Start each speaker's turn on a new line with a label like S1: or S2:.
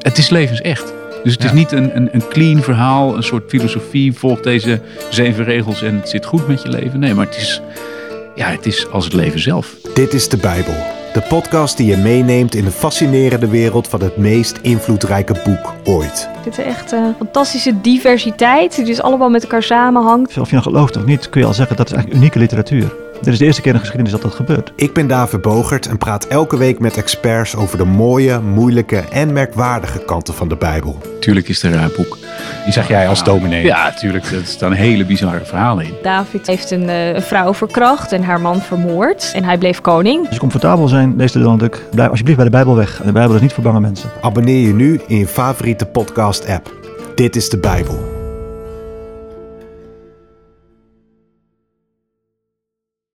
S1: het is levensecht. Dus het
S2: Ja.
S1: is niet een, een, een clean verhaal, een soort filosofie. Volg deze zeven regels en het zit goed met je leven. Nee, maar het is, ja, het is als het leven zelf.
S3: Dit is de Bijbel, de podcast die je meeneemt in de fascinerende wereld van het meest invloedrijke boek ooit.
S4: Er zit echt eh, fantastische diversiteit, die dus allemaal met elkaar samenhangt.
S2: Of je nou gelooft of niet, kun je al zeggen dat is eigenlijk unieke literatuur. Dit is de eerste keer in de geschiedenis dat dat gebeurt.
S3: Ik ben David Bogert en praat elke week met experts over de mooie, moeilijke en merkwaardige kanten van de Bijbel.
S1: Tuurlijk is er een raar boek. Die
S5: Zeg jij als dominee.
S1: Ja, tuurlijk. Er staan hele bizarre verhalen in.
S4: David heeft een, eh, een vrouw verkracht en haar man vermoord. En hij bleef koning.
S2: Als je Dus comfortabel zijn, lees er dan natuurlijk. Blijf alsjeblieft bij de Bijbel weg. De Bijbel is niet voor bange mensen.
S3: Abonneer je nu in je favoriete podcast-app. Dit is de Bijbel.